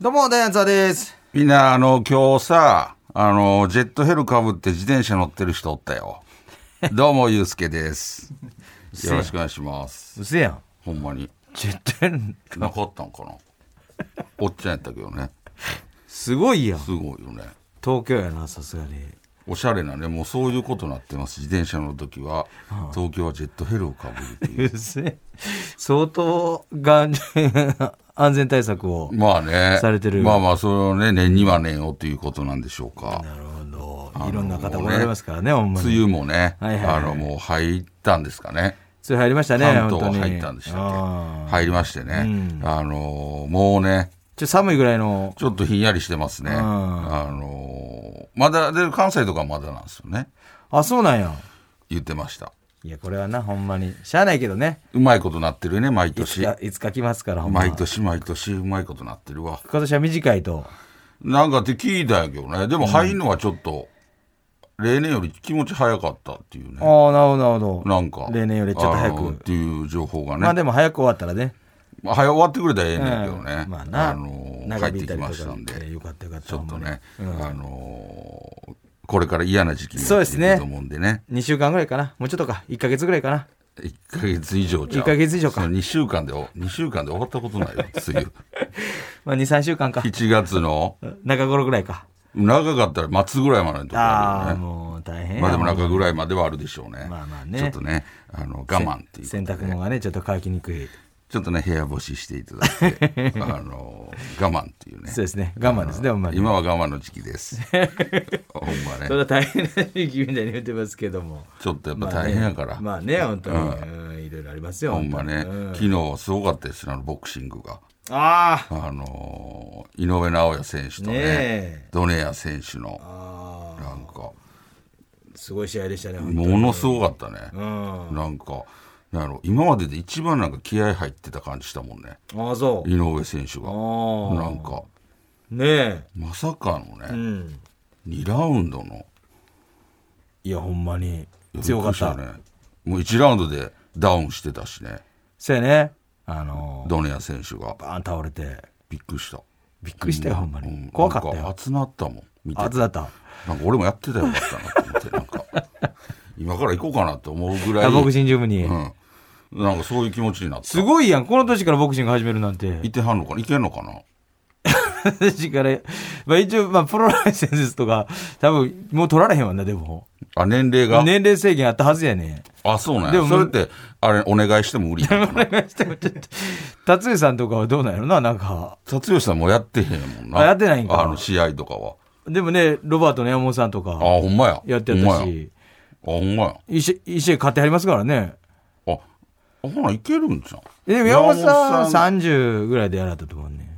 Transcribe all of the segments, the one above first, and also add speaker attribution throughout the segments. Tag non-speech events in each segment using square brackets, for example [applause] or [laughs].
Speaker 1: どうも、ダイアンツァです。
Speaker 2: みんな、あの、今日さ、あの、ジェットヘルかぶって自転車乗ってる人おった
Speaker 1: [laughs]
Speaker 2: よ。どうも、ゆうすけです。よろしくお願いします。
Speaker 1: うせやん。
Speaker 2: ほんまに。
Speaker 1: 絶対、
Speaker 2: なかったんかなおっちゃんやったけどね。
Speaker 1: すごいやん。
Speaker 2: すごいよね。
Speaker 1: 東京やな、さすがに。
Speaker 2: おしゃれなね、もうそういうことになってます。自転車の時は、東京はジェットヘルをかぶるっていう
Speaker 1: せ相当、がん、 [laughs] 安全対策を
Speaker 2: う。。まあね。
Speaker 1: されてる
Speaker 2: まあまあ、それをね、年には年をということなんでしょうか。
Speaker 1: なるほど。いろんな方おられますからね、ほんまに。
Speaker 2: 梅雨もね、
Speaker 1: はいはいはい
Speaker 2: あの、もう入ったんですかね。
Speaker 1: 梅雨入りましたね、
Speaker 2: 関
Speaker 1: 本
Speaker 2: 東
Speaker 1: 当
Speaker 2: は
Speaker 1: に。
Speaker 2: 入ったんでしたっ
Speaker 1: あー
Speaker 2: け入りましてね、
Speaker 1: うん
Speaker 2: あのーもうね
Speaker 1: ちょっと寒いぐらいの。
Speaker 2: ちょっとひんやりしてますね、
Speaker 1: ん
Speaker 2: あのーまだで関西とかまだなんですよね
Speaker 1: あ、そうなんや。
Speaker 2: 言ってました
Speaker 1: いや、これはな、ほんまに。しゃあないけどね。
Speaker 2: うまいことなってるね毎
Speaker 1: いつ
Speaker 2: 年
Speaker 1: か、いつか来ますから、ほんま。
Speaker 2: 毎
Speaker 1: 今
Speaker 2: 年毎年うまいことなってるわ
Speaker 1: 年は短いと。
Speaker 2: なんかって聞いたんやけどねでも入るのはちょっと、例年より気持ち早かったっていう
Speaker 1: ああ
Speaker 2: ね、
Speaker 1: なるほど、なるほど。
Speaker 2: なんか
Speaker 1: 例年よりちょっと早
Speaker 2: あのーっ
Speaker 1: く。
Speaker 2: ていう情報がね、
Speaker 1: まあでも早く終わったらね。
Speaker 2: まあ早終わってくれたらええねんけどね、
Speaker 1: うんまあな、
Speaker 2: あのー
Speaker 1: 長
Speaker 2: 帰
Speaker 1: 引
Speaker 2: っ
Speaker 1: い
Speaker 2: て
Speaker 1: た
Speaker 2: き
Speaker 1: りと
Speaker 2: ま
Speaker 1: か
Speaker 2: したんで
Speaker 1: よかったよかった。
Speaker 2: ちょっとね、
Speaker 1: ほんまにうん
Speaker 2: あのーこれから嫌な時期に
Speaker 1: そう
Speaker 2: な
Speaker 1: で
Speaker 2: って
Speaker 1: す
Speaker 2: く
Speaker 1: ね
Speaker 2: ると思うんでね、
Speaker 1: 2週間ぐらいかな。もうちょっとか。1ヶ月ぐらいかな。
Speaker 2: 1ヶ月以上じゃん
Speaker 1: 一ヶ月以上か
Speaker 2: その2週間で、2週間で終わったことないよ、梅
Speaker 1: [laughs]
Speaker 2: 雨。
Speaker 1: まあ2、3週間か。
Speaker 2: 1月の
Speaker 1: 中頃ぐらいか。
Speaker 2: 長かったら末ぐらいまでのとこ
Speaker 1: あ
Speaker 2: あ
Speaker 1: あ、
Speaker 2: るよね。
Speaker 1: もう大変や。
Speaker 2: まあでも中ぐらいまではあるでしょうね。
Speaker 1: まあまあね
Speaker 2: ちょっとね、あの、我慢っていうことで。
Speaker 1: 洗濯物がね、ちょっと乾きにくい。
Speaker 2: ちょっとね、部屋干ししていただいて、
Speaker 1: [laughs]
Speaker 2: あのー、我慢っていうね。
Speaker 1: そうですね。我慢ですね、ほんまに。
Speaker 2: 今は我慢の時期
Speaker 1: [laughs]
Speaker 2: です。ほんま
Speaker 1: そ
Speaker 2: ね。
Speaker 1: れは大変な時期みたいに言ってますけども。
Speaker 2: ちょっとやっぱ大変やから。
Speaker 1: まあね、まあね本当に。うんいろいろありますよ。
Speaker 2: ほんまね、
Speaker 1: 本当にうん
Speaker 2: 昨日すごかったですね、あのボクシングが。
Speaker 1: ああ
Speaker 2: あのー井上尚弥選手とね
Speaker 1: ねえ
Speaker 2: ドネア選手の
Speaker 1: あ
Speaker 2: なんか
Speaker 1: あ、すごい試合でしたね、本当に
Speaker 2: ものすごかったね、
Speaker 1: うん。
Speaker 2: なんかなんやろ今までで一番なんか気合入ってた感じしたもんね
Speaker 1: ああ、そう。
Speaker 2: 井上選手が
Speaker 1: ああ
Speaker 2: なんか
Speaker 1: ね
Speaker 2: まさかの
Speaker 1: え。う
Speaker 2: ね、
Speaker 1: ん。
Speaker 2: 2ラウンドの
Speaker 1: いや、ほんまに。強かっ
Speaker 2: び
Speaker 1: た。
Speaker 2: くりしねもう1ラウンドでダウンしてたしね
Speaker 1: そうやね。あのー、
Speaker 2: ドネア選手が
Speaker 1: バーン倒れて。
Speaker 2: びっくりした
Speaker 1: びっくりしたよ、ほんま
Speaker 2: う
Speaker 1: に。怖かった
Speaker 2: なん
Speaker 1: よ。
Speaker 2: 熱なったもん見て
Speaker 1: 熱だった。
Speaker 2: なんか俺もやってたらよかったなと思って、なんか、今から行こうかなって思うぐら
Speaker 1: あ
Speaker 2: い、
Speaker 1: ボクシングジムに
Speaker 2: う。ん。なんかそういう気持ちになった。
Speaker 1: すごいやん。この年からボクシング始めるなんて。 [laughs]
Speaker 2: いてはんのかないけんのかな
Speaker 1: 年から、まあ一応、まあプロライセンスとか、多分もう取られへんわな、でも。
Speaker 2: あ、年齢が。
Speaker 1: 年齢制限あったはずや [laughs] ね。
Speaker 2: あ、そうなん
Speaker 1: で
Speaker 2: や。
Speaker 1: も
Speaker 2: それって、あれ、お願いしても無理
Speaker 1: [laughs]
Speaker 2: やんかな。
Speaker 1: 達也さんとかはどうなんやろな、なんか。
Speaker 2: 達吉さんもやってへんもんな。
Speaker 1: あやってないんか
Speaker 2: あの、試合とかは。
Speaker 1: でもね、ロバートの山本さんと
Speaker 2: あ、
Speaker 1: か、
Speaker 2: ほんまや。
Speaker 1: やってや
Speaker 2: ほ
Speaker 1: っ
Speaker 2: ん
Speaker 1: た
Speaker 2: まや。
Speaker 1: し、
Speaker 2: あ、ほんまや。
Speaker 1: 石、石買ってはりますからね。
Speaker 2: あ、あほな、いけるんじゃん。
Speaker 1: えでも山本
Speaker 2: 山本
Speaker 1: さ
Speaker 2: さ
Speaker 1: ん30ぐらいでやられたと思うね。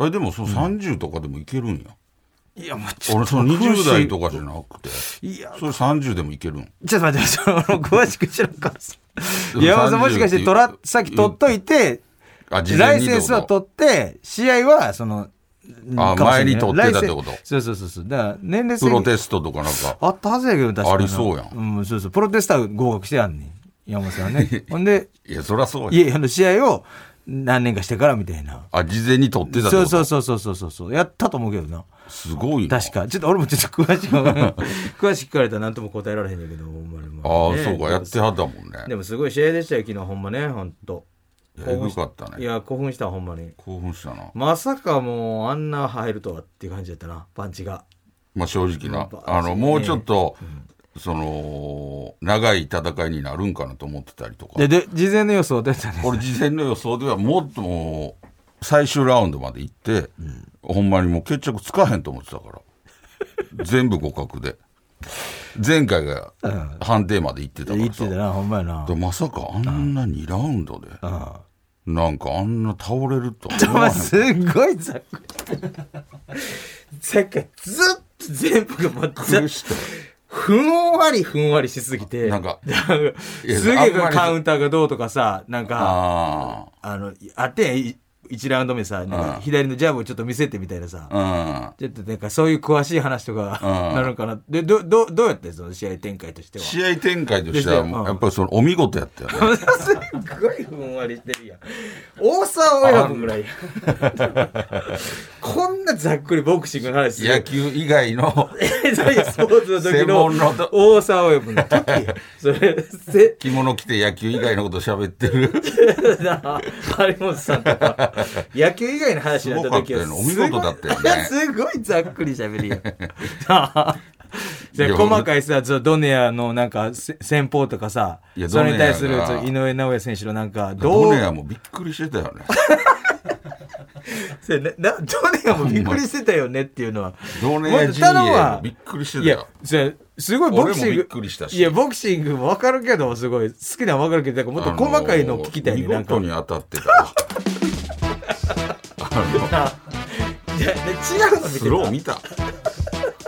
Speaker 2: え、でも、その30とかでもいけるんや。
Speaker 1: いや、もう
Speaker 2: 俺、その20代とかじゃなくて、
Speaker 1: いや、
Speaker 2: それ30でもいけるん。
Speaker 1: ちょっと待って、その詳しく知らんかった。
Speaker 2: でも
Speaker 1: 山本さんもしかして、
Speaker 2: 30
Speaker 1: とら、さっき取っといて、
Speaker 2: あ、事
Speaker 1: ラ
Speaker 2: 前
Speaker 1: イ
Speaker 2: に
Speaker 1: センスは
Speaker 2: ってこと
Speaker 1: 取って、試合は、その、
Speaker 2: あ
Speaker 1: かもしれん
Speaker 2: 前
Speaker 1: ね
Speaker 2: に取ってたってこと
Speaker 1: ライセンそうそうそうそう。だから、年齢制
Speaker 2: プ
Speaker 1: 限
Speaker 2: ロテストとかなんか、
Speaker 1: あったはずやけど、確かに。
Speaker 2: ありそうやん
Speaker 1: うん、そうそう。プロテスター合格してやんねん。山本さん
Speaker 2: [laughs]
Speaker 1: はね。ほんで、
Speaker 2: いや、そりゃそう
Speaker 1: い
Speaker 2: や。
Speaker 1: や、あの、試合を何年かしてからみたいな。
Speaker 2: あ、事前に撮ってたって
Speaker 1: そ
Speaker 2: こ
Speaker 1: う
Speaker 2: と
Speaker 1: そうそうそうそうそうそう。やったと思うけどな。
Speaker 2: すごいな。
Speaker 1: 確か。ちょっと俺もちょっと詳しく、
Speaker 2: [laughs]
Speaker 1: 詳しく聞かれたら何とも答えられへんねんけど、ほんまにも
Speaker 2: ああ、
Speaker 1: ね
Speaker 2: そうか、やってはったもんね。
Speaker 1: でもすごい試合でしたよ、昨日、ほんまね、ほんと。
Speaker 2: えぐかった
Speaker 1: い
Speaker 2: ね。
Speaker 1: や、興奮した、ほんまに。
Speaker 2: 興奮したな。
Speaker 1: まさかもう、あんな入るとはっていう感じだったな、パンチが。
Speaker 2: まあ正直
Speaker 1: や
Speaker 2: な
Speaker 1: っぱ。
Speaker 2: あ
Speaker 1: そう
Speaker 2: の、
Speaker 1: ね
Speaker 2: もうちょっと、その、長い戦いになるんかなと思ってたりとか
Speaker 1: で、。で事前の予想出てたね。
Speaker 2: 俺、事前の予想ではもっともう、最終ラウンドまで行って、ほんまにもう決着つかへんと思ってたから。全部互角で。前回が判定まで行ってたから
Speaker 1: 言って
Speaker 2: さ
Speaker 1: た。な、ほんまやな。
Speaker 2: でまさかあんな2ラウンドで。
Speaker 1: うん
Speaker 2: なんかあんな倒れると
Speaker 1: ちょ
Speaker 2: 思わへん
Speaker 1: すっごいざっくり。さっきからずっと全部がまた
Speaker 2: びっくりした
Speaker 1: ふんわりふんわりしすぎて。
Speaker 2: なんかいや
Speaker 1: [laughs] すげ
Speaker 2: あ
Speaker 1: え
Speaker 2: んまり
Speaker 1: カウンターがどうとかさ、なんか、
Speaker 2: あ
Speaker 1: あの、あってやんい一ラウンド目さ、なんか
Speaker 2: うん
Speaker 1: 左のジャブをちょっと見せてみたいなさ。
Speaker 2: あ
Speaker 1: ちょっとなんかそういう詳しい話とか
Speaker 2: うん
Speaker 1: なるのかな。で、ど、ど、どうやってその試合展開として
Speaker 2: うん
Speaker 1: は。
Speaker 2: 試合展開としては
Speaker 1: うん
Speaker 2: やっぱりそのお見事やった
Speaker 1: [laughs]
Speaker 2: よね
Speaker 1: すっごいふんわりしてるやん。大沢親分ぐらいやん。 [laughs] こんなざっくりボクシングの話する [laughs]
Speaker 2: 野球以外の [laughs]
Speaker 1: そういうスポーツの時
Speaker 2: 専門の
Speaker 1: の大沢親分の時 [laughs] やそれ、せ、
Speaker 2: 着物着て野球以外のこと喋ってる
Speaker 1: な張本さんとか、野球以外の話になった時は
Speaker 2: すごかったよねお見事だったよね
Speaker 1: すごい [laughs] すごいざっくり喋
Speaker 2: [laughs]
Speaker 1: りやん。なあそれ
Speaker 2: いや
Speaker 1: 細かいさ、そのドネアのなんかせ戦法とかさ
Speaker 2: い、や
Speaker 1: それに対する
Speaker 2: ドネアが
Speaker 1: その井上尚弥選手のなんか、ど
Speaker 2: ド
Speaker 1: う
Speaker 2: ネアもびっくりしてた
Speaker 1: [laughs]
Speaker 2: よね
Speaker 1: それななドネアもびっくりしてたよねっていう [laughs] のは。
Speaker 2: ドネア陣営もびっくりして
Speaker 1: い
Speaker 2: た
Speaker 1: や
Speaker 2: よ、
Speaker 1: それすごいボクシング。
Speaker 2: 俺もびっくりしたし
Speaker 1: いや、ボクシングもわかるけど、すごい。好きなのわかるけど、なんかもっと細かいのを聞きたい
Speaker 2: あ
Speaker 1: ね。
Speaker 2: のー
Speaker 1: なん
Speaker 2: 見
Speaker 1: か。
Speaker 2: 事に当たってた
Speaker 1: [laughs] いや、違うの見て
Speaker 2: スロー
Speaker 1: [laughs]
Speaker 2: 見た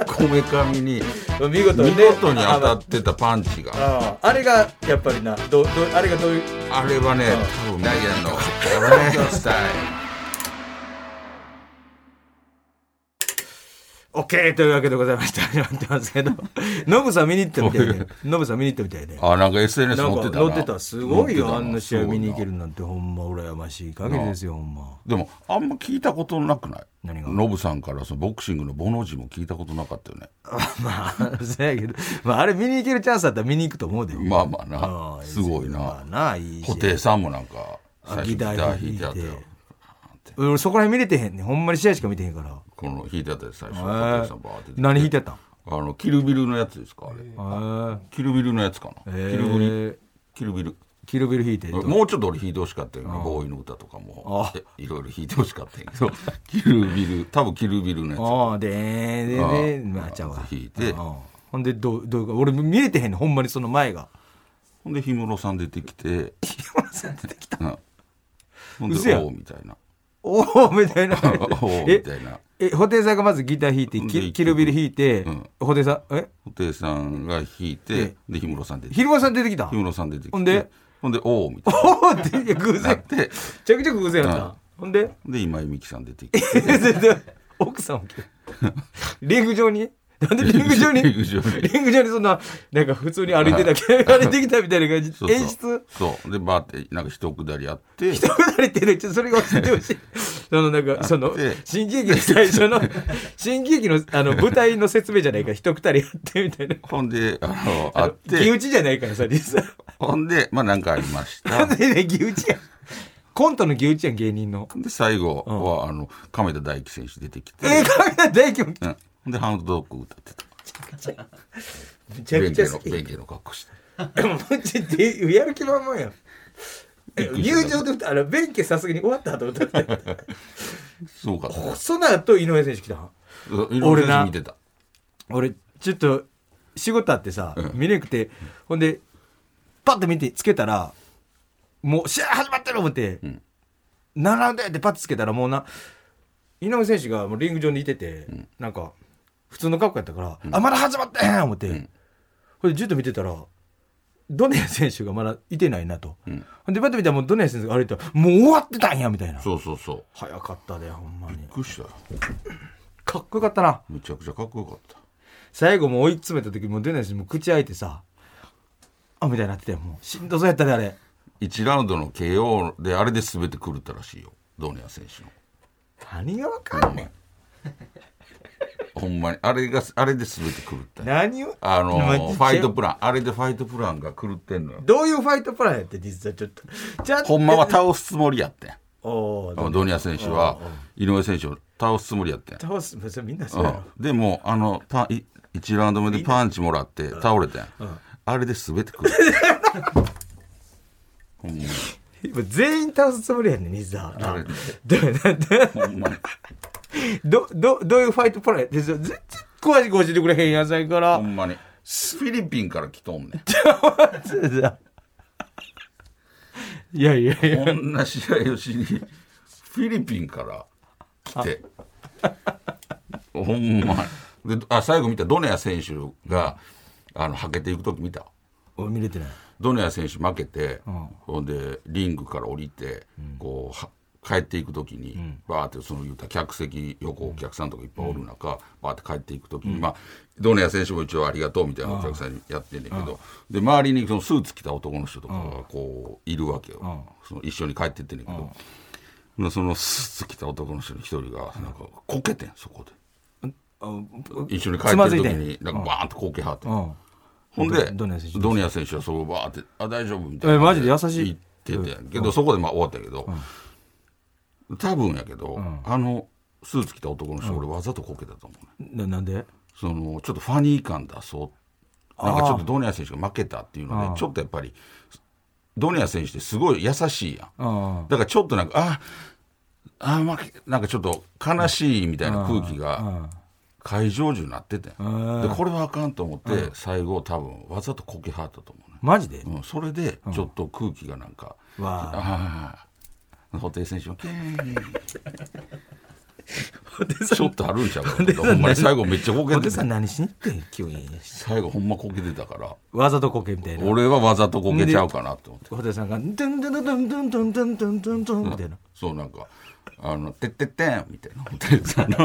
Speaker 2: こめかみに
Speaker 1: た。見事
Speaker 2: 見
Speaker 1: ね
Speaker 2: 事に当た
Speaker 1: あ
Speaker 2: ってたパンチが
Speaker 1: あああれが、やっぱりな、どう、どう、あれがどういう。
Speaker 2: あれはね多分ダイアンの「お願いしたい」
Speaker 1: オッケーというわけでございまして、 [laughs] 始まってますけど。ノブさん見に行ってみたいね。ノブさん見に行ってみたいね。
Speaker 2: [laughs] あなんか SNS
Speaker 1: な
Speaker 2: 載
Speaker 1: ん
Speaker 2: って
Speaker 1: か
Speaker 2: た
Speaker 1: 乗ってた。すご
Speaker 2: 載
Speaker 1: い
Speaker 2: って
Speaker 1: よ。
Speaker 2: た
Speaker 1: あんな試合見に行け
Speaker 2: す
Speaker 1: るなんて、ほんま羨ましい限りですよ、ほんま。 [laughs]
Speaker 2: ごいなでもあんま聞いたことなくない
Speaker 1: 何が
Speaker 2: ノブさんからそのボクシングのボの字も聞いたことなかったよね
Speaker 1: まあ、そうやけど、まあ、あれ見に行けるチャンスだったら見に行くと思うで。
Speaker 2: まあまあ
Speaker 1: ああ
Speaker 2: なすごい
Speaker 1: ま
Speaker 2: な
Speaker 1: あなあ、いいし
Speaker 2: 布袋さんもなんか最
Speaker 1: あ
Speaker 2: 初
Speaker 1: ギ
Speaker 2: ギ
Speaker 1: タ
Speaker 2: タ
Speaker 1: ー
Speaker 2: ー
Speaker 1: 弾
Speaker 2: 弾
Speaker 1: い
Speaker 2: い
Speaker 1: て
Speaker 2: てあったよ
Speaker 1: 俺そこら辺見れてへんねんほんまに試合しか見てへんから。
Speaker 2: この弾いてあったよ最初布
Speaker 1: え
Speaker 2: 袋さんバーって
Speaker 1: ー
Speaker 2: 出て
Speaker 1: 何弾いてたん
Speaker 2: あのキルビルのやつですかあれ
Speaker 1: え
Speaker 2: キルビルのやつかな、
Speaker 1: ー
Speaker 2: キルビルキルビル
Speaker 1: キルビル弾いてと
Speaker 2: もうちょっと俺弾いてほしかったよ、ね、ボーイの歌とかも
Speaker 1: あ
Speaker 2: でいろいろ弾いてほしかったんやけどキルビル多分キルビルのやつ
Speaker 1: ああ、でーでーでー、
Speaker 2: うん
Speaker 1: まあ、ちゃうわ。
Speaker 2: 弾いて
Speaker 1: うんほんで、どう、どういうか、俺見れてへんねんほんまにその前が。
Speaker 2: ほんで氷室さん出てきてうんほん
Speaker 1: 嘘や
Speaker 2: で「おう」みたいな
Speaker 1: [laughs]
Speaker 2: [laughs]
Speaker 1: お [laughs] おみたいな。
Speaker 2: 「おう」みたいな
Speaker 1: え、布袋さんがまずギター弾いて、
Speaker 2: で一
Speaker 1: キ
Speaker 2: 曲
Speaker 1: キルビル弾いて、
Speaker 2: うん
Speaker 1: 布袋さん、え
Speaker 2: 布袋さんが弾いてで氷室さん出てきて
Speaker 1: 昼間さん出てきた
Speaker 2: 氷室さん出てきて
Speaker 1: ほんで
Speaker 2: ほんで「おう」みたい
Speaker 1: [laughs] おおって、いや偶
Speaker 2: になっ
Speaker 1: 然。
Speaker 2: て
Speaker 1: ちょくちょく偶然やった。
Speaker 2: うん
Speaker 1: ほんで [laughs]
Speaker 2: で今井美樹さん出てきて
Speaker 1: 全然奥さんも来てリング上になんでリング上 [laughs] に
Speaker 2: リング上に
Speaker 1: リング上にそんななんか普通に歩いてたけど歩いてきたみたいな感じ
Speaker 2: そうそう
Speaker 1: 演出
Speaker 2: そうでバーってなんか一くだりあって
Speaker 1: 人くだりってねちょっとそれが教えてほしい [laughs] そのなんかその
Speaker 2: で
Speaker 1: 新喜劇の最初 [laughs] の新喜劇のあの舞台の説明じゃないから一くだりやってみたいな
Speaker 2: ほんであの
Speaker 1: あ
Speaker 2: あっ
Speaker 1: の木
Speaker 2: て
Speaker 1: 打ちじゃないからさ実際
Speaker 2: ほんでまあなんかありました
Speaker 1: なんでね木打ちやんコントの木打ちやん芸人の
Speaker 2: で最後は、あの亀田大輝選手出てきて、
Speaker 1: えー、神田大輝も
Speaker 2: うん、ほんでハンドドッグ歌ってた
Speaker 1: めちゃく
Speaker 2: 弁
Speaker 1: ち
Speaker 2: 慶
Speaker 1: ゃ好
Speaker 2: の
Speaker 1: き
Speaker 2: 弁慶の格好して
Speaker 1: でもマジでやる気満々やん。
Speaker 2: びっくりした
Speaker 1: 友情で歌あれ弁慶さすがに終わった後歌ってた
Speaker 2: すごかった
Speaker 1: その後井上選手来たん
Speaker 2: いろんな人見てた
Speaker 1: 俺ちょっと仕事あってさ、
Speaker 2: うん
Speaker 1: 見れなくてほんでパッと見てつけたらもう試合始まってる思って、
Speaker 2: ん
Speaker 1: 7ラウンドやってパッとつけたらもうな井上選手がもうリング上にいてて、なんか普通の格好やったから、あまだ始まってへん思って、ほんでじっと見てたらドネア選手がまだいてないなと、
Speaker 2: ん
Speaker 1: ほんでパッと見たらもうドネア選手が歩いてたらもう終わってたんやみたいな
Speaker 2: そうそうそう
Speaker 1: 早かったでほんまに
Speaker 2: びっくりしたよ
Speaker 1: かっこよかったな
Speaker 2: めちゃくちゃかっこよかった
Speaker 1: 最後もう追い詰めた時もう出ないしもう口開いてさあみたいになっててもうしんどそうやったであれ
Speaker 2: 1ラウンドの KO であれで全て狂ったらしいよドネア選手の
Speaker 1: 何がわかんねん
Speaker 2: ほんまにあれがあれで全て狂ったんや
Speaker 1: 何を
Speaker 2: あの
Speaker 1: ま
Speaker 2: ファイトプランあれでファイトプランが狂ってんのよ
Speaker 1: どういうファイトプランやって実はちょっとじゃあ
Speaker 2: ほんまは倒すつもりやってん
Speaker 1: おお
Speaker 2: あのドネア選手は井上選手を倒すつもりやってん
Speaker 1: 倒すそれみんなそうやろ
Speaker 2: うんでもあのパンい1ラウンド目でパンチもらって倒れてん、あれで滑 [laughs] ってくるほんまに
Speaker 1: 今全員倒すつもりやねん水田
Speaker 2: あれ
Speaker 1: どう
Speaker 2: ほんまに
Speaker 1: どどどういうファイトプランやって実は全然詳しく教えてくれへんやさいか
Speaker 2: ほ
Speaker 1: ら
Speaker 2: んまにフィリピンから来とんねん
Speaker 1: そうだ [laughs] いやいやいや。
Speaker 2: こんな試合をしにフィリピンから来てほんまであ最後見たドネア選手があのはけていく時見た
Speaker 1: 俺見れてない。
Speaker 2: ドネア選手負けて、ほんでリングから降りて、こうは帰っていく時に、バーってその言うたら客席横お客さんとかいっぱいおる中、バーって帰っていく時に、まあ、ドネア選手も一応ありがとうみたいなお客さんにやってんねんけど、で周りにそのスーツ着た男の人とかがこういるわけよ、その一緒に帰ってってんねんけど、でそのスーツ着た男の人の一人がなんかこけてんそこで
Speaker 1: あ
Speaker 2: 一緒に帰
Speaker 1: つ
Speaker 2: っ
Speaker 1: ま
Speaker 2: て
Speaker 1: ず
Speaker 2: る
Speaker 1: い
Speaker 2: 時
Speaker 1: てん
Speaker 2: になんかバーンとこけはって。
Speaker 1: うん。
Speaker 2: ほんで、
Speaker 1: ドネア選手
Speaker 2: ドネア選手はそうバーって、あ、大丈夫みたいな。
Speaker 1: えマジで優しい
Speaker 2: 言ってて、けど、そこでまあ終わったけど、多分やけど、あの、スーツ着た男の人、俺わざとこけたと思うね。
Speaker 1: ななんで
Speaker 2: その、ちょっとファニー感出そう。なんかちょっとドネア選手が負けたっていうので、ちょっとやっぱり、ドネア選手ってすごい優しいやん。
Speaker 1: あ
Speaker 2: だからちょっとなんか、あ、あ、負け、なんかちょっと悲しいみたいな空気が会場中になってて、でこれはあかんと思って、最後多分わざとこけはったと思うね。
Speaker 1: マジで
Speaker 2: うん、それでちょっと空気がなんか、
Speaker 1: わ
Speaker 2: あ
Speaker 1: あ。
Speaker 2: あ、布袋選手も、キー [laughs] ンちょっとあるんちゃうかなほんまに最後めっちゃこけ
Speaker 1: お
Speaker 2: て
Speaker 1: 父さ
Speaker 2: た
Speaker 1: ん。何しに行ってん急に。
Speaker 2: 最後ほんまこけてたから、
Speaker 1: わざとこけみたいな。
Speaker 2: 俺はわざとこけちゃうかなと思って。
Speaker 1: ホテさんが、ドゥンドゥンドゥンドゥンドゥンドゥンドゥンドゥンドゥンみたいな。
Speaker 2: そうなんか、あの、てってってんみたいな、ホ [laughs] テルさんの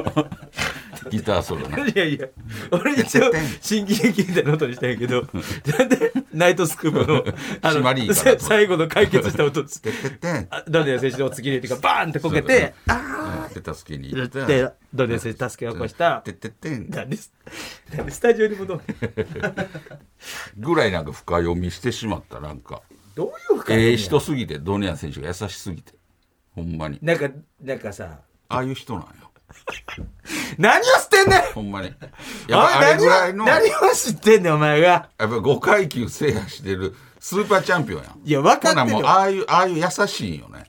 Speaker 2: ギターソロね。
Speaker 1: いやいや、俺一応、新喜劇みたいな音にしたんやけど、なんで、ナイトスクープの、
Speaker 2: 締まりいいかなと思って
Speaker 1: 最後の解決した音っつって
Speaker 2: て、ってってん。
Speaker 1: あドネア選手のお次入れてがバーンってこけて、
Speaker 2: あ出た好きに入れて。
Speaker 1: で、ドネア選手助けを起こした
Speaker 2: て、ってってん。
Speaker 1: なんで、なんでスタジオに戻る
Speaker 2: ぐらいなんか深読みしてしまった、なんか。
Speaker 1: どういう感
Speaker 2: ええ人すぎて、ドネア選手が優しすぎて。ほんまに。
Speaker 1: なんか、なんかさ、
Speaker 2: ああいう人なんよ。
Speaker 1: 何をしてんねん
Speaker 2: ほんま
Speaker 1: [laughs]
Speaker 2: に。
Speaker 1: お
Speaker 2: やっぱあ
Speaker 1: 前
Speaker 2: れぐらい
Speaker 1: 何
Speaker 2: の、
Speaker 1: を、
Speaker 2: やっ
Speaker 1: 何を知ってんねん、お前が。
Speaker 2: ぱ5階級制覇してるスーパーチャンピオンやん。
Speaker 1: いや分かってるよ
Speaker 2: ほなもうああいう、ああいう優しいんよね。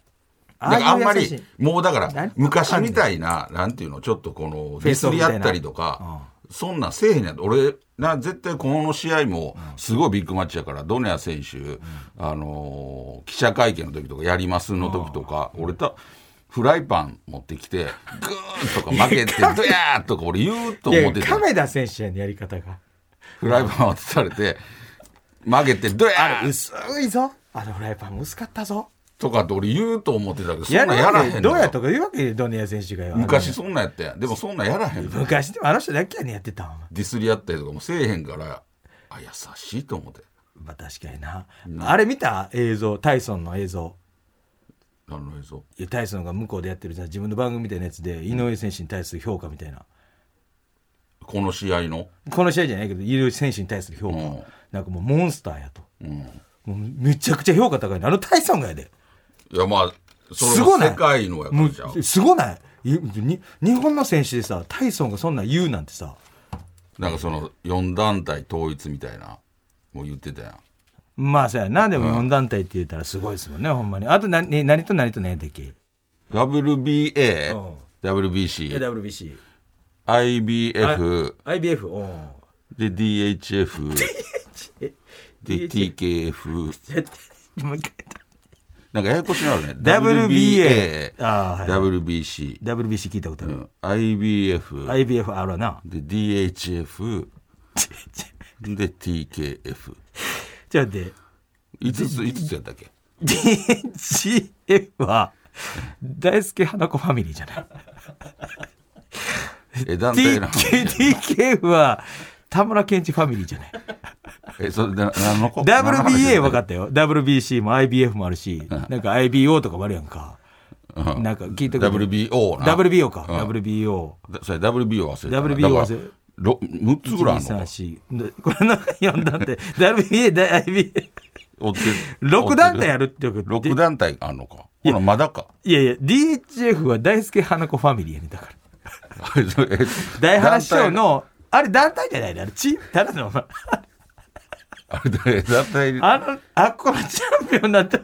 Speaker 2: だからあんま
Speaker 1: ああいう優しい
Speaker 2: り、もうだから
Speaker 1: 何、
Speaker 2: 昔みたいな、なんていうの、ちょっとこの、ディスり合ったりとか、そんなんせえへんやん。俺、な、絶対この試合も、すごいビッグマッチやから、ドネア選手、あのー、記者会見の時とか、やりますの時とか、俺た、フライパン持って
Speaker 1: [laughs]
Speaker 2: きて、グーンとか負けて、ドヤーとか俺言うと
Speaker 1: い
Speaker 2: 思っ
Speaker 1: や、
Speaker 2: てて。
Speaker 1: 亀田選手やねやり方が。
Speaker 2: フライパン渡されて、曲げて、ドヤー
Speaker 1: 薄いぞ。あのフライパン薄かったぞ。
Speaker 2: とかって俺言うと思ってたけど、そんなんやらへんの
Speaker 1: どうや
Speaker 2: よ
Speaker 1: とか言うわけよドネア選手がよ。
Speaker 2: 昔そんなんやったやん。でもそんなんやらへんのよ
Speaker 1: 昔でもあの人だけやねんやってたんお前
Speaker 2: ディスり合ったりとかもせえへんから、あ、優しいと思って。
Speaker 1: まあ確かにな、あれ見た映像タイソンの映像
Speaker 2: あの映像。
Speaker 1: いやタイソンが向こうでやってるさ自分の番組みたいなやつで井上選手に対する評価みたいな、
Speaker 2: この試合の。
Speaker 1: この試合じゃないけど井上選手に対する評価、
Speaker 2: うん
Speaker 1: なんかもうモンスターやと
Speaker 2: うん。
Speaker 1: もうめちゃくちゃ評価高いのあのタイソンがやで
Speaker 2: いや、まあ、それ
Speaker 1: すご
Speaker 2: も
Speaker 1: ない
Speaker 2: 世界のやからじゃん
Speaker 1: もうすごないいに日本の選手でさタイソンがそんなん言うなんてさ
Speaker 2: なんかその、4団体統一みたいな、もう言ってたやん。
Speaker 1: まあそうやなでも4団体って言ったらすごいですもんね、ほんまにあと何何と何と何やったっけ
Speaker 2: WBA、
Speaker 1: うん
Speaker 2: WBC、
Speaker 1: WBC
Speaker 2: IBF、
Speaker 1: IBF うん
Speaker 2: で
Speaker 1: [laughs]
Speaker 2: DHF、で TKF、
Speaker 1: もう一回言った
Speaker 2: なんかややこしなるね。
Speaker 1: WBA あーはい
Speaker 2: WBC、
Speaker 1: WBC 聞いたことあ
Speaker 2: う
Speaker 1: る、
Speaker 2: ん IBF、
Speaker 1: IBF あるわな
Speaker 2: で
Speaker 1: [laughs]
Speaker 2: DHF、で TKF。
Speaker 1: ちょっと待 [laughs] って
Speaker 2: 5つ、5つやったっけ
Speaker 1: DHF は大輔花子ファミリーじゃない
Speaker 2: え、団体な。
Speaker 1: TKF は田村健一ファミリーじゃない
Speaker 2: え、それで、何の子
Speaker 1: WBA 分かったよ WBC も IBF もあるしなんか IBO とかもあるやんか
Speaker 2: うん
Speaker 1: なんか聞いたことある
Speaker 2: WBO な。
Speaker 1: WBO か
Speaker 2: うん
Speaker 1: WBO
Speaker 2: だそれ WBO 忘れたな。
Speaker 1: WBO 忘れ
Speaker 2: だからろ6つぐらいあるのか。
Speaker 1: 1,2,3,4これの4団 [laughs] 体 WBA だ IBA
Speaker 2: 追って
Speaker 1: 6団体あるってよく言って
Speaker 2: 6団体あるのか。ほら、まだか。
Speaker 1: いやいや DHF は大輔花子ファミリーやねだから
Speaker 2: え
Speaker 1: [laughs] 大原師匠。
Speaker 2: 団体
Speaker 1: の、あれ団体じゃないね。あれ、チーム、ただの、お前
Speaker 2: あれ団体に
Speaker 1: あの、あっこのチャンピオンにな
Speaker 2: [laughs]
Speaker 1: った。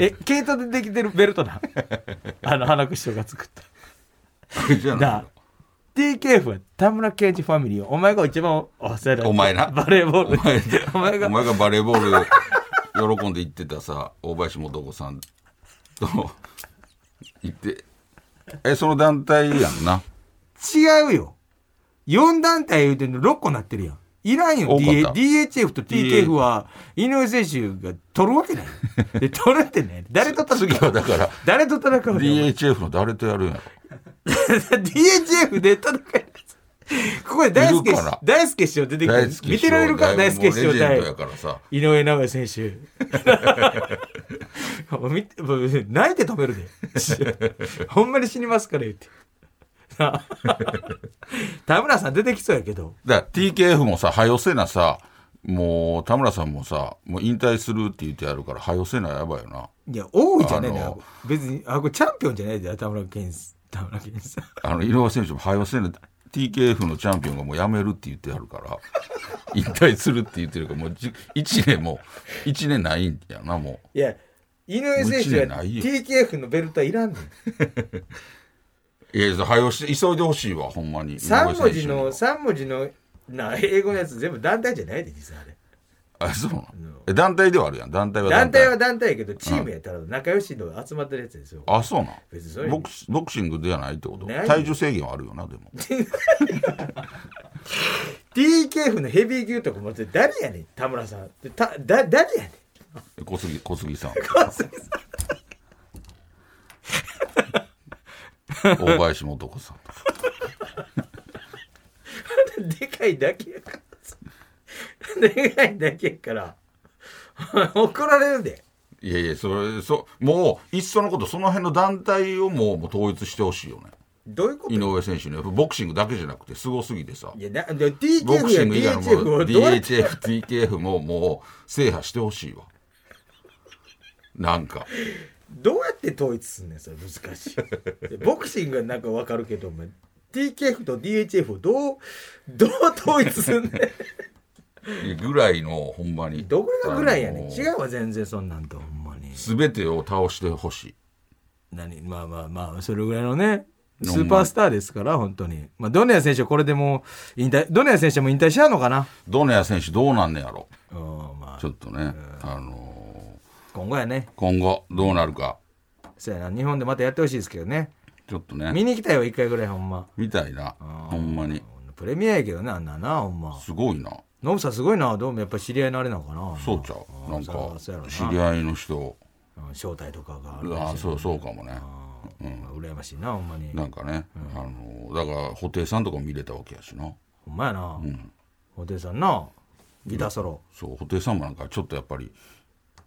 Speaker 1: え、毛糸でできてるベルトな。あの、花子師匠が作った。
Speaker 2: じゃあ
Speaker 1: だ TKF は田村圭一ファミリー。お前が一番お世話になった
Speaker 2: お前な
Speaker 1: バレーボール。
Speaker 2: お前
Speaker 1: お前が
Speaker 2: お前がバレーボール喜んで行ってたさ大林素子さんと行ってえその団体やんな
Speaker 1: 違うよ。4団体言うてんの6個なってるやん。いらんよ。
Speaker 2: 多か
Speaker 1: D-
Speaker 2: った
Speaker 1: DHF と TKF は、井上選手が取るわけない。で、取るってね。誰と戦う
Speaker 2: 次はだから
Speaker 1: 誰と戦
Speaker 2: [laughs]
Speaker 1: うの
Speaker 2: DHF の誰とやるんやろ
Speaker 1: ?DHF で戦います。ここで大輔
Speaker 2: いるから、
Speaker 1: 大輔師匠出てき
Speaker 2: 大
Speaker 1: て、
Speaker 2: 輔
Speaker 1: 見てられるか
Speaker 2: 師匠
Speaker 1: 大輔師
Speaker 2: も
Speaker 1: 匠
Speaker 2: うレジェ
Speaker 1: 対
Speaker 2: ンドやからさ
Speaker 1: 井上尚弥選 [laughs] 手。もう見てもう泣いて止める [laughs] で。ほんまに死にますから言って。 [laughs] なあ田村さん出てきそうやけど。
Speaker 2: だから TKF もさはよせなさもう田村さんもさもう引退するって言ってやるからはよせなやばいよない
Speaker 1: や、多いじゃないの
Speaker 2: あ
Speaker 1: よ
Speaker 2: の。
Speaker 1: 別に、あ、これチャンピオンじゃないで、田村健さん。田村健さん。
Speaker 2: あの井上選手もはよせな TKF のチャンピオンがもうやめるって言ってやるから [laughs] 引退するって言ってるからもうじ1年もう1年ないんやなもう。
Speaker 1: いや、井上選手
Speaker 2: も
Speaker 1: が
Speaker 2: う一
Speaker 1: TKF のベルトはいらんねん。
Speaker 2: いや、はよして、急いでほしいわ、ほんまに。
Speaker 1: 3文字
Speaker 2: 井
Speaker 1: の、
Speaker 2: 上選
Speaker 1: 三文字の、な、英語のやつ全部団体じゃないで、実はあれ。
Speaker 2: 手の。あ、そうなのえ、団体ではあるやん。団体は
Speaker 1: 団体は団体やけど、チームやったら仲良しの集まってるやつですよ。
Speaker 2: あ、そうなん
Speaker 1: 別にそれ
Speaker 2: ボクシ。ボクシングではないってこと
Speaker 1: ないよ
Speaker 2: 体重制限はあるよな、
Speaker 1: [laughs]
Speaker 2: でも。
Speaker 1: TKF のヘビー級とか持って誰やねん、田村さん。でただ誰やねん。
Speaker 2: 小杉、小杉さん。大林素子さんとか。
Speaker 1: でかいだけやから。でかいだけやから。 [laughs] 怒られるで。
Speaker 2: いやいや、それ、そ、もう、いっそのこと、その辺の団体をもう、もう統一してほしいよね。
Speaker 1: どういうこと
Speaker 2: 井上選手の、ボクシングだけじゃなくて、すごすぎてさ。
Speaker 1: いや、な、で
Speaker 2: ボ
Speaker 1: TKF
Speaker 2: クシ
Speaker 1: や
Speaker 2: ング以外のも
Speaker 1: DHF をどうやって
Speaker 2: DHF、TKF ももう制覇してほしいわ。なんか、
Speaker 1: どうやって統一すんねん、それ難しい。ボクシングはなんかわかるけど、お前 TKF と DHF をどう、どう統一すんね
Speaker 2: ぐらいの、ほんまに。
Speaker 1: ん。どこがぐらいやねん。
Speaker 2: あの
Speaker 1: 違うわ、全然そんなんと、ほんまに。
Speaker 2: すべてを倒してほしい。
Speaker 1: 何まあまあまあ、それぐらいのね、スーパースターですから、本当に。まあ、ドネア選手はこれでもう引退、ドネア選手も引退しなのかな。
Speaker 2: ドネア選手どうなんねやろ。
Speaker 1: うん、ま
Speaker 2: ち
Speaker 1: あ、
Speaker 2: ょっとね、あの
Speaker 1: 今後やね。
Speaker 2: ー今後どうなるか、
Speaker 1: そうやな、日本でまたやってほしいですけどね。
Speaker 2: ちょっとね、
Speaker 1: 見に行きたいわ、一回ぐらい、ほんま。
Speaker 2: みたいな、ほんまに。
Speaker 1: プレミアやけどね、あんなな、ほんま。
Speaker 2: すごいな。
Speaker 1: ノブさんすごいな、どうもやっぱ知り合いのあれなのかな。
Speaker 2: そうちゃう。なん
Speaker 1: そうやろ
Speaker 2: か、
Speaker 1: なそうやろな
Speaker 2: 知り合いの人、
Speaker 1: うん招待とかがあるらしい
Speaker 2: ああ、そう、そうかもね。
Speaker 1: うん羨ましいな、ほんまに。
Speaker 2: なんかね、あのーだから、布袋さんとかも見れたわけやしな。
Speaker 1: ほんまやな。ホテイさんな、ギターソロ。
Speaker 2: そう、布袋さんもなんかちょっとやっぱり、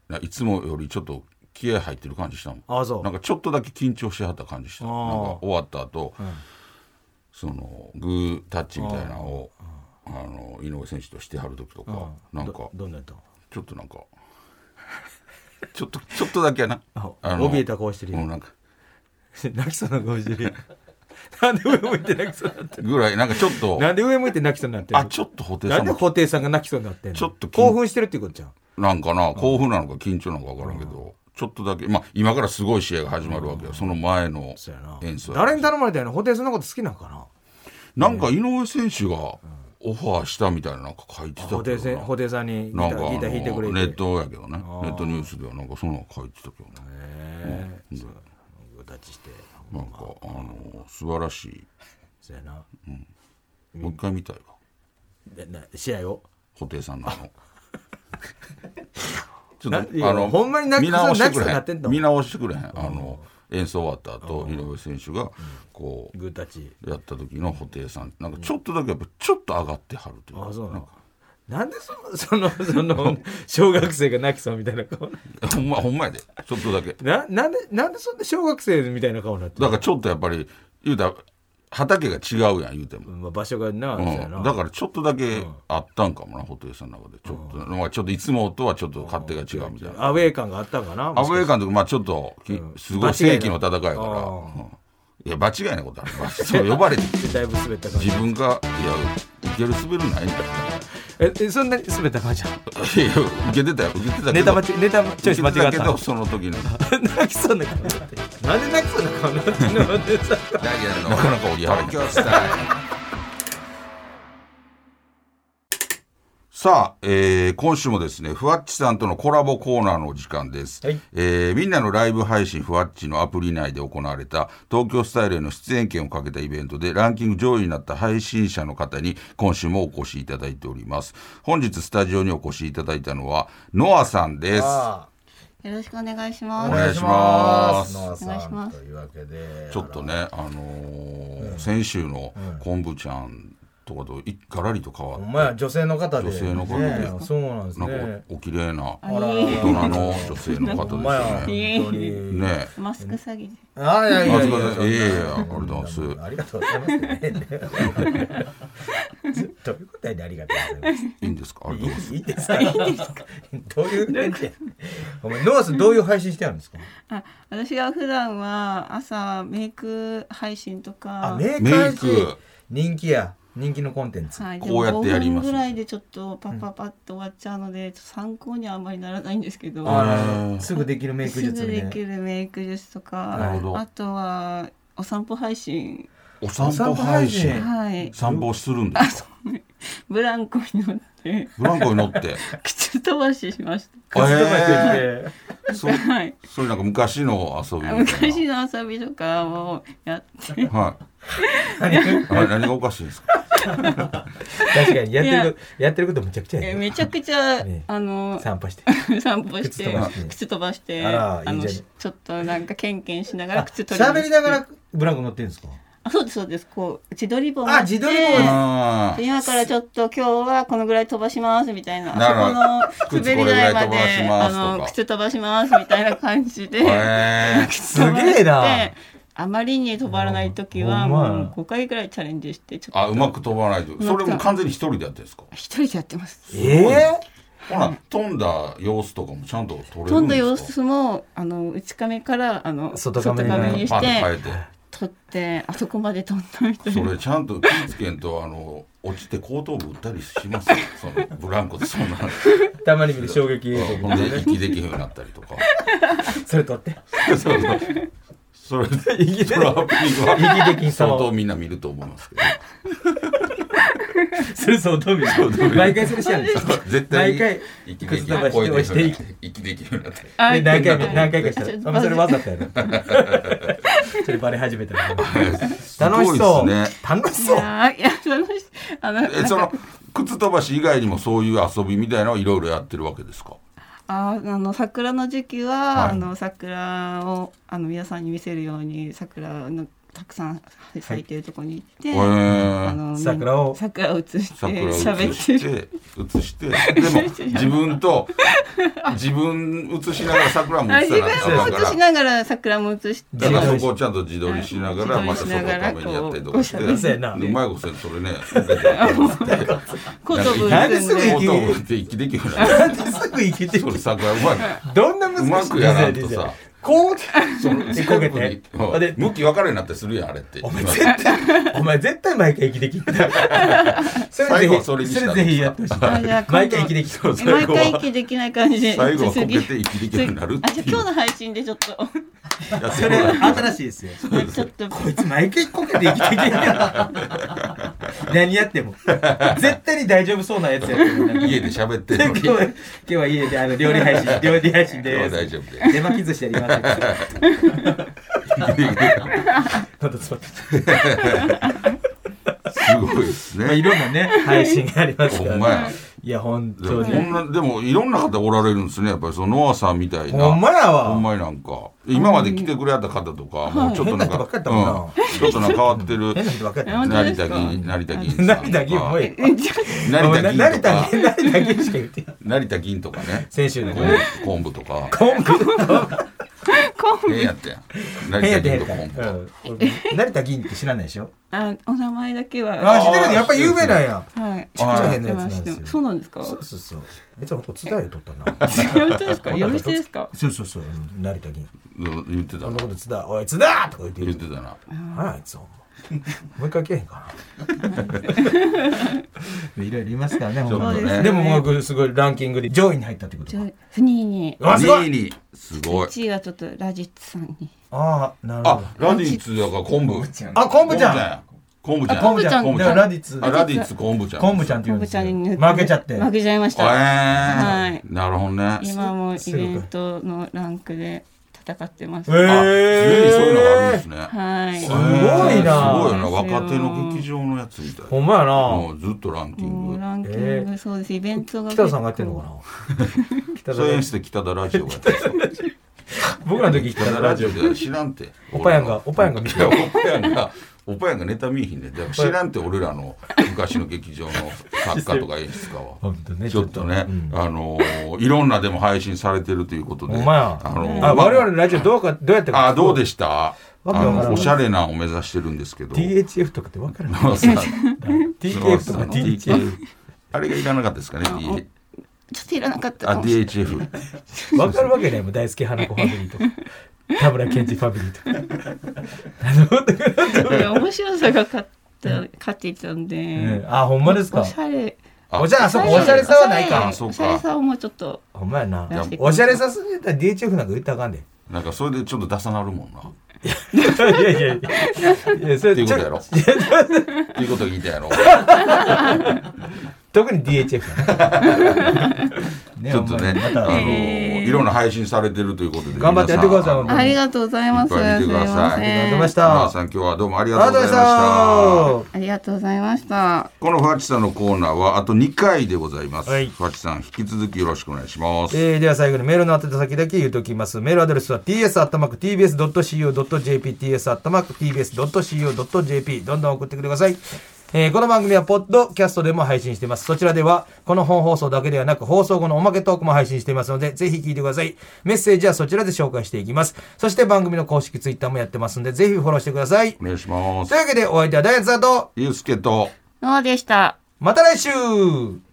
Speaker 2: ないつもよりちょっと気合入ってる感じしたもん。
Speaker 1: あそう
Speaker 2: なんかちょっとだけ緊張しはった感じした。
Speaker 1: あ
Speaker 2: なんか
Speaker 1: ー
Speaker 2: 終わった後、そのグータッチみたいなのを、あの、井上選手としてはる時とか、なんか
Speaker 1: ど、どんなやった
Speaker 2: ちょっとなんか、ちょっと、ちょっとだけやな。
Speaker 1: あ怯えた顔してるやん
Speaker 2: うんなんか、
Speaker 1: [laughs] 泣きそうな顔してるやん。なんで上向いて泣きそうになってる
Speaker 2: ぐらい、なんかちょっと、
Speaker 1: なんで上向いて泣きそうになってる
Speaker 2: あ、ちょっと布袋
Speaker 1: な
Speaker 2: さ
Speaker 1: ん
Speaker 2: ん
Speaker 1: で
Speaker 2: も、
Speaker 1: ホテイさんが泣きそうになってんの
Speaker 2: ちょっと緊
Speaker 1: 興奮してるっていうことじゃん。
Speaker 2: なんかな、興奮なのか緊張なのかわからんけど、ちょっとだけ、まあ、今からすごい試合が始まるわけよ。その前の
Speaker 1: そうやな。
Speaker 2: 演奏やから
Speaker 1: 誰に頼まれたよね、ホテイさんのこと好きなんかな。
Speaker 2: なんか井上選手がオファーしたみたいななんか書いてたけど
Speaker 1: ホテイさん、
Speaker 2: な
Speaker 1: ホテイさんにギタ
Speaker 2: なん
Speaker 1: ー
Speaker 2: かあ
Speaker 1: ギター弾いてくれ
Speaker 2: の
Speaker 1: て。
Speaker 2: ネットやけどねネットニュースではなんかそんなの書いてたけどね
Speaker 1: ねえそうグータッチして。
Speaker 2: なんかあの素晴らしい
Speaker 1: そうやな。
Speaker 2: もう一回見たいわ
Speaker 1: でな試合を。
Speaker 2: 布袋さんのあのちょ
Speaker 1: なないやほんまに泣き
Speaker 2: 見直してく
Speaker 1: そう
Speaker 2: れ
Speaker 1: に
Speaker 2: へ
Speaker 1: なってんの
Speaker 2: ん見直してくれへんあの演奏終わった後井上選手がこ
Speaker 1: グータッチ。
Speaker 2: うやった時の布袋さんなんかちょっとだけやっぱちょっと上がってはるというか
Speaker 1: あそうなの。なんでその、 [laughs] その、その、小学生が泣きそうみたいな顔な。
Speaker 2: ほんまほんまやでちょっとだけ
Speaker 1: な、なんで、なんでそんな小学生みたいな顔になってる
Speaker 2: だからちょっとやっぱり言うたら畑が違うやん言うても、
Speaker 1: まあ、場所がな、
Speaker 2: うん
Speaker 1: そうやな。
Speaker 2: だからちょっとだけあったんかもな布袋さんの中でちょっと、まあ、ちょっといつもとはちょっと勝手が違うみたいな、
Speaker 1: アウェー感があったんかな。
Speaker 2: アウェー感とかまあちょっとき、すご
Speaker 1: 場違いない
Speaker 2: 世紀の戦いやから、
Speaker 1: あ
Speaker 2: うんいや場違いなことある場そう呼
Speaker 1: [laughs]
Speaker 2: ばれて
Speaker 1: でだいぶ滑った感じ
Speaker 2: 自。分がいやいける滑るないんだよ
Speaker 1: え、えそんなに滑った感じなの
Speaker 2: いや受けてたよ受けてたけど
Speaker 1: ネタ間違、ネタチョイス間違
Speaker 2: 受け
Speaker 1: ってた
Speaker 2: たけど。その時の
Speaker 1: 泣きそう [laughs] な顔になってる。なんで泣きそうな顔になってるのってさ。
Speaker 2: ダイヤのなかなか折り合わないさあ、えー今週もですね、ふわっちさんとのコラボコーナーのお時間です。
Speaker 1: はい
Speaker 2: えーみんなのライブ配信ふわっちのアプリ内で行われた東京スタイルへの出演権をかけたイベントでランキング上位になった配信者の方に今週もお越しいただいております。本日スタジオにお越しいただいたのは、ノアさんです。
Speaker 1: あ
Speaker 3: よろしくお願いし
Speaker 1: あ
Speaker 3: ま
Speaker 2: お
Speaker 3: す。
Speaker 2: 願いします
Speaker 1: ノア
Speaker 3: お願いし
Speaker 1: さん
Speaker 3: ます
Speaker 1: というわけで
Speaker 2: ちょっとね、あのー先週の昆布ちゃんとかといガラリと変わ
Speaker 1: お
Speaker 2: って、
Speaker 1: 前女性の方で
Speaker 2: 女性の方で
Speaker 1: ねそうなんです
Speaker 2: なん
Speaker 1: ね
Speaker 2: かおお綺麗な
Speaker 1: あら
Speaker 2: 大人の女性の方
Speaker 1: お
Speaker 2: で
Speaker 1: 前は
Speaker 2: すよね。
Speaker 1: 本当に
Speaker 2: ね
Speaker 3: マスク詐欺。
Speaker 1: ああいやいやいや
Speaker 2: あすいませんいやいやありがとうございます
Speaker 1: ありがとうございますね
Speaker 2: [laughs]
Speaker 1: [laughs] どういうことやねありがとうございます
Speaker 2: いいんですかありがとうございます。
Speaker 1: いいですか [laughs] どういうお前ノアさんどういう配信してあるんですか
Speaker 3: あ、私は普段は朝メイク配信と
Speaker 1: あ
Speaker 3: か。
Speaker 1: メイク
Speaker 2: メ
Speaker 1: 配
Speaker 2: イ
Speaker 1: 信
Speaker 2: ク
Speaker 1: 人気や人気のコンテンツ
Speaker 3: はい、
Speaker 2: こうやってやります
Speaker 3: でも5分ぐらいでちょっとパッパッパッと終わっちゃうので、ちょっと参考にはあんまりならないんですけど。
Speaker 1: あらすぐできるメイク
Speaker 3: す
Speaker 1: 術
Speaker 3: ぐ
Speaker 1: みたい
Speaker 3: で
Speaker 1: な
Speaker 3: きるメイク術と
Speaker 2: なるほど
Speaker 3: か、あとはお散歩配信。
Speaker 2: お散歩配
Speaker 1: お散
Speaker 2: 信
Speaker 1: 歩
Speaker 3: はい。
Speaker 2: 散歩するんですか
Speaker 3: ブランコに乗って
Speaker 2: ブランコに乗って
Speaker 3: 靴飛ばししまし
Speaker 1: カスタマイズできて
Speaker 2: えーそ
Speaker 3: た。はい。
Speaker 2: そういうなんか昔の遊びみたい
Speaker 3: 昔の遊びとかを
Speaker 2: [laughs]
Speaker 3: やって。
Speaker 2: なは
Speaker 1: 何
Speaker 2: いあれ何がおかしいんですか
Speaker 1: 確かにやってることやってることむちゃくちゃ
Speaker 3: え
Speaker 1: やね
Speaker 3: めちゃくちゃ、
Speaker 1: ね
Speaker 3: あの
Speaker 1: 散歩して
Speaker 3: [laughs] 散歩し
Speaker 1: 靴
Speaker 3: て
Speaker 1: 飛ばして
Speaker 3: 靴飛ばして
Speaker 1: あらいい
Speaker 3: の
Speaker 1: じゃん
Speaker 3: しちょっとなんかケンケンしなが
Speaker 1: あ
Speaker 3: ら靴取りに行って
Speaker 1: 喋りながらブランコ乗ってるんですか
Speaker 3: あそうですそうですこう自撮り棒
Speaker 1: あ自撮り棒ね
Speaker 2: あ
Speaker 3: 今からちょっと今日はこのぐらい飛ばしますみたいな
Speaker 2: なるほど
Speaker 3: あそこの
Speaker 2: 靴
Speaker 3: 滑り台ま
Speaker 2: これぐらい飛ば
Speaker 3: で
Speaker 2: しますとか
Speaker 3: あの靴飛ばしますみたいな感じで、
Speaker 2: ーえー
Speaker 3: 靴飛ばして
Speaker 1: すげえな
Speaker 3: あまりに飛ばない時
Speaker 1: う
Speaker 3: は
Speaker 1: ん
Speaker 3: も
Speaker 1: ほんまや
Speaker 3: う5回ぐらいチャレンジしてちょっと
Speaker 2: あうまく飛ばないとそれも完全に一人でやってるんですか
Speaker 3: 一人でやってます
Speaker 1: え
Speaker 2: ほら飛んだ様子とかもちゃんと撮れ
Speaker 3: 飛
Speaker 2: る
Speaker 3: ん
Speaker 2: ん
Speaker 3: だ様
Speaker 2: ですか
Speaker 3: 子もあの内カメからあの
Speaker 1: 外カメに
Speaker 3: 外に
Speaker 1: 子
Speaker 3: し
Speaker 2: パン
Speaker 3: て
Speaker 2: 変えて
Speaker 3: 撮ってあそこまで撮んだみたい
Speaker 2: そ
Speaker 3: な
Speaker 2: れちゃんと気ぃつけんとあの落ちて後頭部打ったりしますよそのブランコでそんな
Speaker 1: ーたまに見る衝撃映像
Speaker 2: ほんで息できへんようになったりとか
Speaker 1: それ撮って
Speaker 2: そうそう。それで、
Speaker 1: 息
Speaker 2: そのハプニングは、
Speaker 1: 的に
Speaker 2: 相当
Speaker 1: そ
Speaker 2: みんな見ると思いますけど。
Speaker 1: うそれ相当見る毎回それしてあるんですよ
Speaker 2: 絶対
Speaker 1: 毎回
Speaker 2: に、息できるよう
Speaker 1: 靴飛ば
Speaker 2: 声
Speaker 1: して
Speaker 2: で
Speaker 1: 押
Speaker 2: き
Speaker 1: して
Speaker 2: る息できるようになったり。
Speaker 3: あ
Speaker 1: で何回も何回かし
Speaker 3: あちょったと
Speaker 1: らあそれわざとや
Speaker 3: [laughs]
Speaker 1: るそれバレ始めたら楽し
Speaker 2: す
Speaker 1: そ
Speaker 2: ご
Speaker 1: う
Speaker 2: いですね。
Speaker 1: 楽しそう
Speaker 3: あいや楽しいあのなん
Speaker 2: え、そ
Speaker 3: か
Speaker 2: の、靴飛ばし以外にもそういう遊びみたいなのをいろいろやってるわけですか
Speaker 3: ああの桜の時期は、
Speaker 2: はい
Speaker 3: あの桜をあの皆さんに見せるように桜のたくさん咲いてるとこに行って、
Speaker 2: へ
Speaker 3: あ
Speaker 2: ー。
Speaker 3: のみん
Speaker 1: 桜を
Speaker 3: 桜を写して
Speaker 2: 桜を映
Speaker 3: 喋って
Speaker 2: し
Speaker 3: る
Speaker 2: て、映して、でも自分と、自分映しながら桜も
Speaker 3: あ
Speaker 2: 映
Speaker 3: 自
Speaker 2: さなあか
Speaker 3: 分
Speaker 2: ん
Speaker 3: も
Speaker 2: か
Speaker 3: 映し
Speaker 2: ら。
Speaker 3: ながら桜も写して
Speaker 2: だからそこをちゃんと自撮りしながら、またそこをためにやったりとかして。
Speaker 3: こ
Speaker 2: う
Speaker 3: う
Speaker 1: そうやな
Speaker 2: まいことせんそれね。
Speaker 3: 後頭部
Speaker 1: なんで
Speaker 3: 写
Speaker 1: すぐ
Speaker 3: す
Speaker 1: 行
Speaker 3: の
Speaker 2: 後頭
Speaker 1: く
Speaker 2: 部で息できるようになったり
Speaker 1: なんですぐ生きて
Speaker 2: そ
Speaker 1: る
Speaker 2: れ桜うまい。
Speaker 1: どんな難しい
Speaker 2: うんまくやらんとさ
Speaker 1: こう
Speaker 2: その
Speaker 1: でこけて
Speaker 2: うん
Speaker 1: で
Speaker 2: 向き分かれになったりするやんあれって。
Speaker 1: お前絶対お前絶対毎回息できる
Speaker 2: [laughs]
Speaker 1: それ
Speaker 2: 最
Speaker 1: ぜ
Speaker 2: 後
Speaker 1: ひ
Speaker 2: それにしたら
Speaker 1: それぜひやってほしい
Speaker 3: あじゃあ今度
Speaker 1: 毎回息できる
Speaker 2: 最後は
Speaker 3: 毎回息できない感じで
Speaker 2: 最後はこけ
Speaker 3: 次
Speaker 2: て息できるようになる
Speaker 3: あ
Speaker 2: って
Speaker 3: じゃ
Speaker 2: いう
Speaker 3: あ今日の配信でちょっと
Speaker 2: やつ
Speaker 1: それ [laughs] 新しいですよ
Speaker 3: ちょっと
Speaker 1: こいつ毎回こけて生き
Speaker 2: [laughs]
Speaker 1: ていけんやろ何やっても絶対に大丈夫そうなやつやってる
Speaker 2: 家で喋ってるの
Speaker 1: 今
Speaker 2: に
Speaker 1: 日は今日は家であの料理配信料理配信
Speaker 2: 今日
Speaker 1: で
Speaker 2: は大
Speaker 1: す
Speaker 2: 丈夫で。
Speaker 1: 手巻き寿司やりま
Speaker 2: [laughs]
Speaker 1: すまたそ
Speaker 2: す
Speaker 1: う
Speaker 2: ごいです
Speaker 1: まあい
Speaker 2: ね。
Speaker 1: ろんなね配信があります
Speaker 2: ほ
Speaker 1: から
Speaker 2: んまや。
Speaker 1: いや本
Speaker 2: でも
Speaker 1: 当
Speaker 2: こ
Speaker 1: に
Speaker 2: んなでもいろんな方おられるんですね。やっぱりそのノアさんみたいな。
Speaker 1: ほんまやわ
Speaker 2: ほんまになんか今まで来てくれた方とかもうちょっとなんか
Speaker 1: 変な人ばっかりだもんな
Speaker 2: うんちょっとなんか変わってる
Speaker 1: 変な人ばっかりだ
Speaker 3: 本当で
Speaker 2: 成
Speaker 3: す
Speaker 2: 田
Speaker 3: か
Speaker 2: 銀成田銀さんとか
Speaker 1: 成田銀もうええ
Speaker 2: 成田銀
Speaker 1: 成
Speaker 2: とか
Speaker 1: 田銀成田銀しか言ってない
Speaker 2: 成田銀とかね
Speaker 1: 先週の
Speaker 2: 昆布昆布とか
Speaker 1: 昆布
Speaker 2: 変やったやん成
Speaker 1: 変
Speaker 2: 田
Speaker 1: やで
Speaker 2: 銀
Speaker 1: 変
Speaker 2: と
Speaker 1: や
Speaker 2: 昆布
Speaker 1: でうん俺成田銀って知らないでしょ
Speaker 3: あお名前だけ
Speaker 1: あ
Speaker 3: は
Speaker 1: あ知ってるねやっぱ有名なんや
Speaker 3: はい
Speaker 1: ちっちゃい
Speaker 3: 知っ
Speaker 1: 変なや
Speaker 3: て
Speaker 1: つな
Speaker 3: ま
Speaker 1: ん
Speaker 3: す
Speaker 1: です
Speaker 3: そ
Speaker 1: よ
Speaker 3: うなんですか
Speaker 1: そうそうそうえちょっとこれ伝えで撮ったな
Speaker 3: 本当ですか呼び捨てですか
Speaker 1: [laughs] そうそうそううん成田銀
Speaker 2: うん言ってた
Speaker 1: こん
Speaker 2: な
Speaker 1: なこと津田おい津田とか言って
Speaker 2: 言っ
Speaker 1: る
Speaker 2: てたな
Speaker 1: あいつほんまもう一回けへんか [laughs] ないろいろいますからねほんま
Speaker 2: そう
Speaker 1: に
Speaker 2: ですね
Speaker 1: でももうすごいランキングで上位に入ったってこと
Speaker 3: じゃ
Speaker 1: か
Speaker 3: あ2位に
Speaker 1: うわすごい
Speaker 2: 2位にすごい
Speaker 3: 1位はちょっとラジッツさんに
Speaker 1: ああなるほど
Speaker 2: あラディッツだから昆布
Speaker 1: あ昆布ちゃん
Speaker 2: や昆布ちゃん。
Speaker 1: 昆布ちゃん
Speaker 2: 昆布
Speaker 1: だからラディッツ
Speaker 2: あラディッツ昆布ちゃん。
Speaker 1: 昆布ちゃんって言うん
Speaker 3: 昆
Speaker 1: で
Speaker 3: 布
Speaker 1: す
Speaker 3: 茶
Speaker 1: よ
Speaker 3: に塗って
Speaker 1: 負けちゃって
Speaker 3: 負けちゃいまし
Speaker 2: えー
Speaker 3: たはい
Speaker 2: なるほどね。
Speaker 3: 今もイ
Speaker 1: すごい
Speaker 3: ベントのランクで戦ってます
Speaker 1: え
Speaker 3: はい
Speaker 2: あ、常にそういうのがあるんですね。
Speaker 1: すご
Speaker 2: すご
Speaker 1: いな
Speaker 2: いよな。若手の劇場のやつみたい
Speaker 1: ほんまや
Speaker 2: な。
Speaker 1: な
Speaker 2: もうずっとランキ
Speaker 3: もう
Speaker 2: ング。
Speaker 3: ランキングそうですイベントが
Speaker 1: 北田さんがやってんのかな北
Speaker 2: そう
Speaker 1: 田
Speaker 2: 演して北田ラジオがやってる。
Speaker 1: 僕らの時
Speaker 2: 北
Speaker 1: 北
Speaker 2: 田
Speaker 1: 田
Speaker 2: ラ
Speaker 1: ラ
Speaker 2: ジ
Speaker 1: ジ
Speaker 2: オ
Speaker 1: オ
Speaker 2: で知らんて。
Speaker 1: おぱやんがおぱやんが見
Speaker 2: い
Speaker 1: て
Speaker 2: や、おぱやんが、おぱやんがネタ見えひんで、だから知らんて俺らの昔の劇場の作家とか演出家は。
Speaker 1: ほんとね
Speaker 2: ちょっとね、
Speaker 1: うん
Speaker 2: あのーいろんなでも配信されてるということで、
Speaker 1: ほんまや
Speaker 2: あのー
Speaker 1: あ我々のラジオどうかどうやって
Speaker 2: あどう
Speaker 1: で
Speaker 2: でしたあ
Speaker 1: わけわからん
Speaker 2: のおしゃれなを目指してるんですけど
Speaker 1: THF とかって分 [laughs] からん
Speaker 2: ノアさん
Speaker 1: THF とか
Speaker 2: ノアさん
Speaker 1: THF
Speaker 2: あれがいらなかったですかね D-
Speaker 3: ちょっといらなかった
Speaker 2: あ
Speaker 3: かもしれない
Speaker 2: DHF
Speaker 1: 分かるわけないもん大好き花子ファミリーとか田村健二ファミリーとかなるほどね
Speaker 3: いや面白さが勝った勝っていたんで
Speaker 1: あほんまです
Speaker 3: お
Speaker 1: か
Speaker 3: しゃれ
Speaker 1: おじゃあそこ
Speaker 3: お
Speaker 1: お
Speaker 3: し
Speaker 1: し
Speaker 3: ゃ
Speaker 1: ゃ
Speaker 3: れ
Speaker 1: れ
Speaker 3: さ
Speaker 1: さ
Speaker 3: は
Speaker 1: は
Speaker 3: な
Speaker 1: ないい
Speaker 3: か
Speaker 1: か
Speaker 2: あそう
Speaker 3: お
Speaker 2: か
Speaker 3: しゃれさをもうちょっと
Speaker 1: ほんまやな
Speaker 3: 出していきま
Speaker 1: お
Speaker 3: す
Speaker 1: しゃれさすぎたら DHF なんか言ったらあかんで
Speaker 2: なんかそれでちょっと出さなるもんなっ
Speaker 1: いやいやいやいやいやそれ
Speaker 2: ていう
Speaker 1: ち
Speaker 2: ことや
Speaker 1: ょ
Speaker 2: ろっていうこと言いたいや
Speaker 1: [laughs]
Speaker 2: ろ
Speaker 1: 特に DHF
Speaker 2: [laughs]
Speaker 1: やなね
Speaker 2: ちょっとね、
Speaker 1: ほんま
Speaker 2: あのー
Speaker 1: にまた
Speaker 2: いろんな配信されてるということで
Speaker 1: 頑張ってやってください
Speaker 2: 皆ん
Speaker 1: ほんま
Speaker 3: ありがとうございます
Speaker 2: いっぱい見てください
Speaker 3: すいま
Speaker 1: ありがとうございま
Speaker 3: せん
Speaker 1: し
Speaker 2: ノア
Speaker 1: た
Speaker 2: さん今日はどうもあり
Speaker 1: ありがとうございました
Speaker 2: がとうございました
Speaker 3: ありがとうございました
Speaker 2: このフワチさんのコーナーはあと2回でございます。
Speaker 1: はい
Speaker 2: フワチさん、引き続きよろしくお願いします。
Speaker 1: えーでは最後にメールの宛先だけ言うときます。メールアドレスは ts.tbs.co.jp ts.tbs.co.jp どんどん送ってください。えーこの番組はポッドキャストでも配信しています。そちらでは、この本放送だけではなく、放送後のおまけトークも配信していますので、ぜひ聞いてください。メッセージはそちらで紹介していきます。そして番組の公式ツイッターもやってますので、ぜひフォローしてください。
Speaker 2: お願いしま
Speaker 1: と
Speaker 2: す
Speaker 1: いう。わけで、お相手はダイアンツだと、
Speaker 2: ゆうすけと、
Speaker 3: ノアでした
Speaker 1: また来週